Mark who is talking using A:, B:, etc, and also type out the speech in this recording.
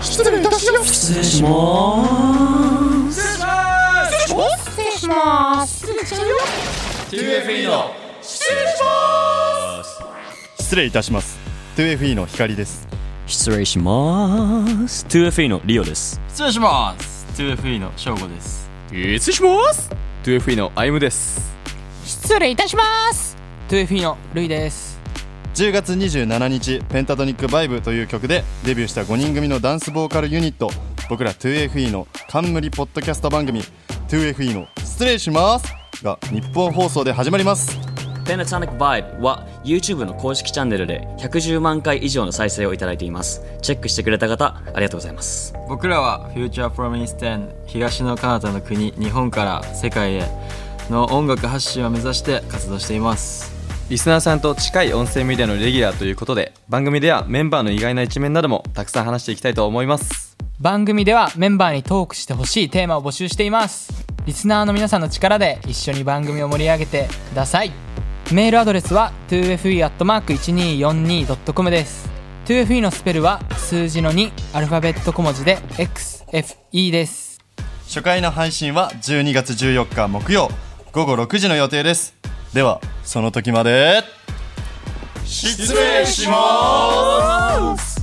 A: 失礼いたします
B: 失礼します
A: 失礼します失礼します
C: 2FE の
D: 失礼いたします 2FE の光です
B: 失礼します 2FE のリオです
C: 失礼します 2FE の翔吾です
E: 失礼します 2FE のアイムです
A: 失礼いたします
F: 2FE のルイです
D: 10月27日ペンタトニックバイブという曲でデビューした5人組のダンスボーカルユニット僕ら 2FE の冠ポッドキャスト番組 2FE の失礼しますが日本放送で始まります
B: ペナタニックバイブは YouTube の公式チャンネルで110万回以上の再生をいただいていますチェックしてくれた方ありがとうございます
C: 僕らは Future from Eastern 東の彼方の国日本から世界への音楽発信を目指して活動しています
E: リスナーさんと近い音声メディアのレギュラーということで番組ではメンバーの意外な一面などもたくさん話していきたいと思います
F: 番組ではメンバーにトークしてほしいテーマを募集していますリスナーの皆さんの力で一緒に番組を盛り上げてくださいメールアドレスは 2fe.1242.com です 2fe のスペルは数字の2アルファベット小文字で XFE です
D: 初回の配信は12月14日木曜午後6時の予定ですではその時まで失礼します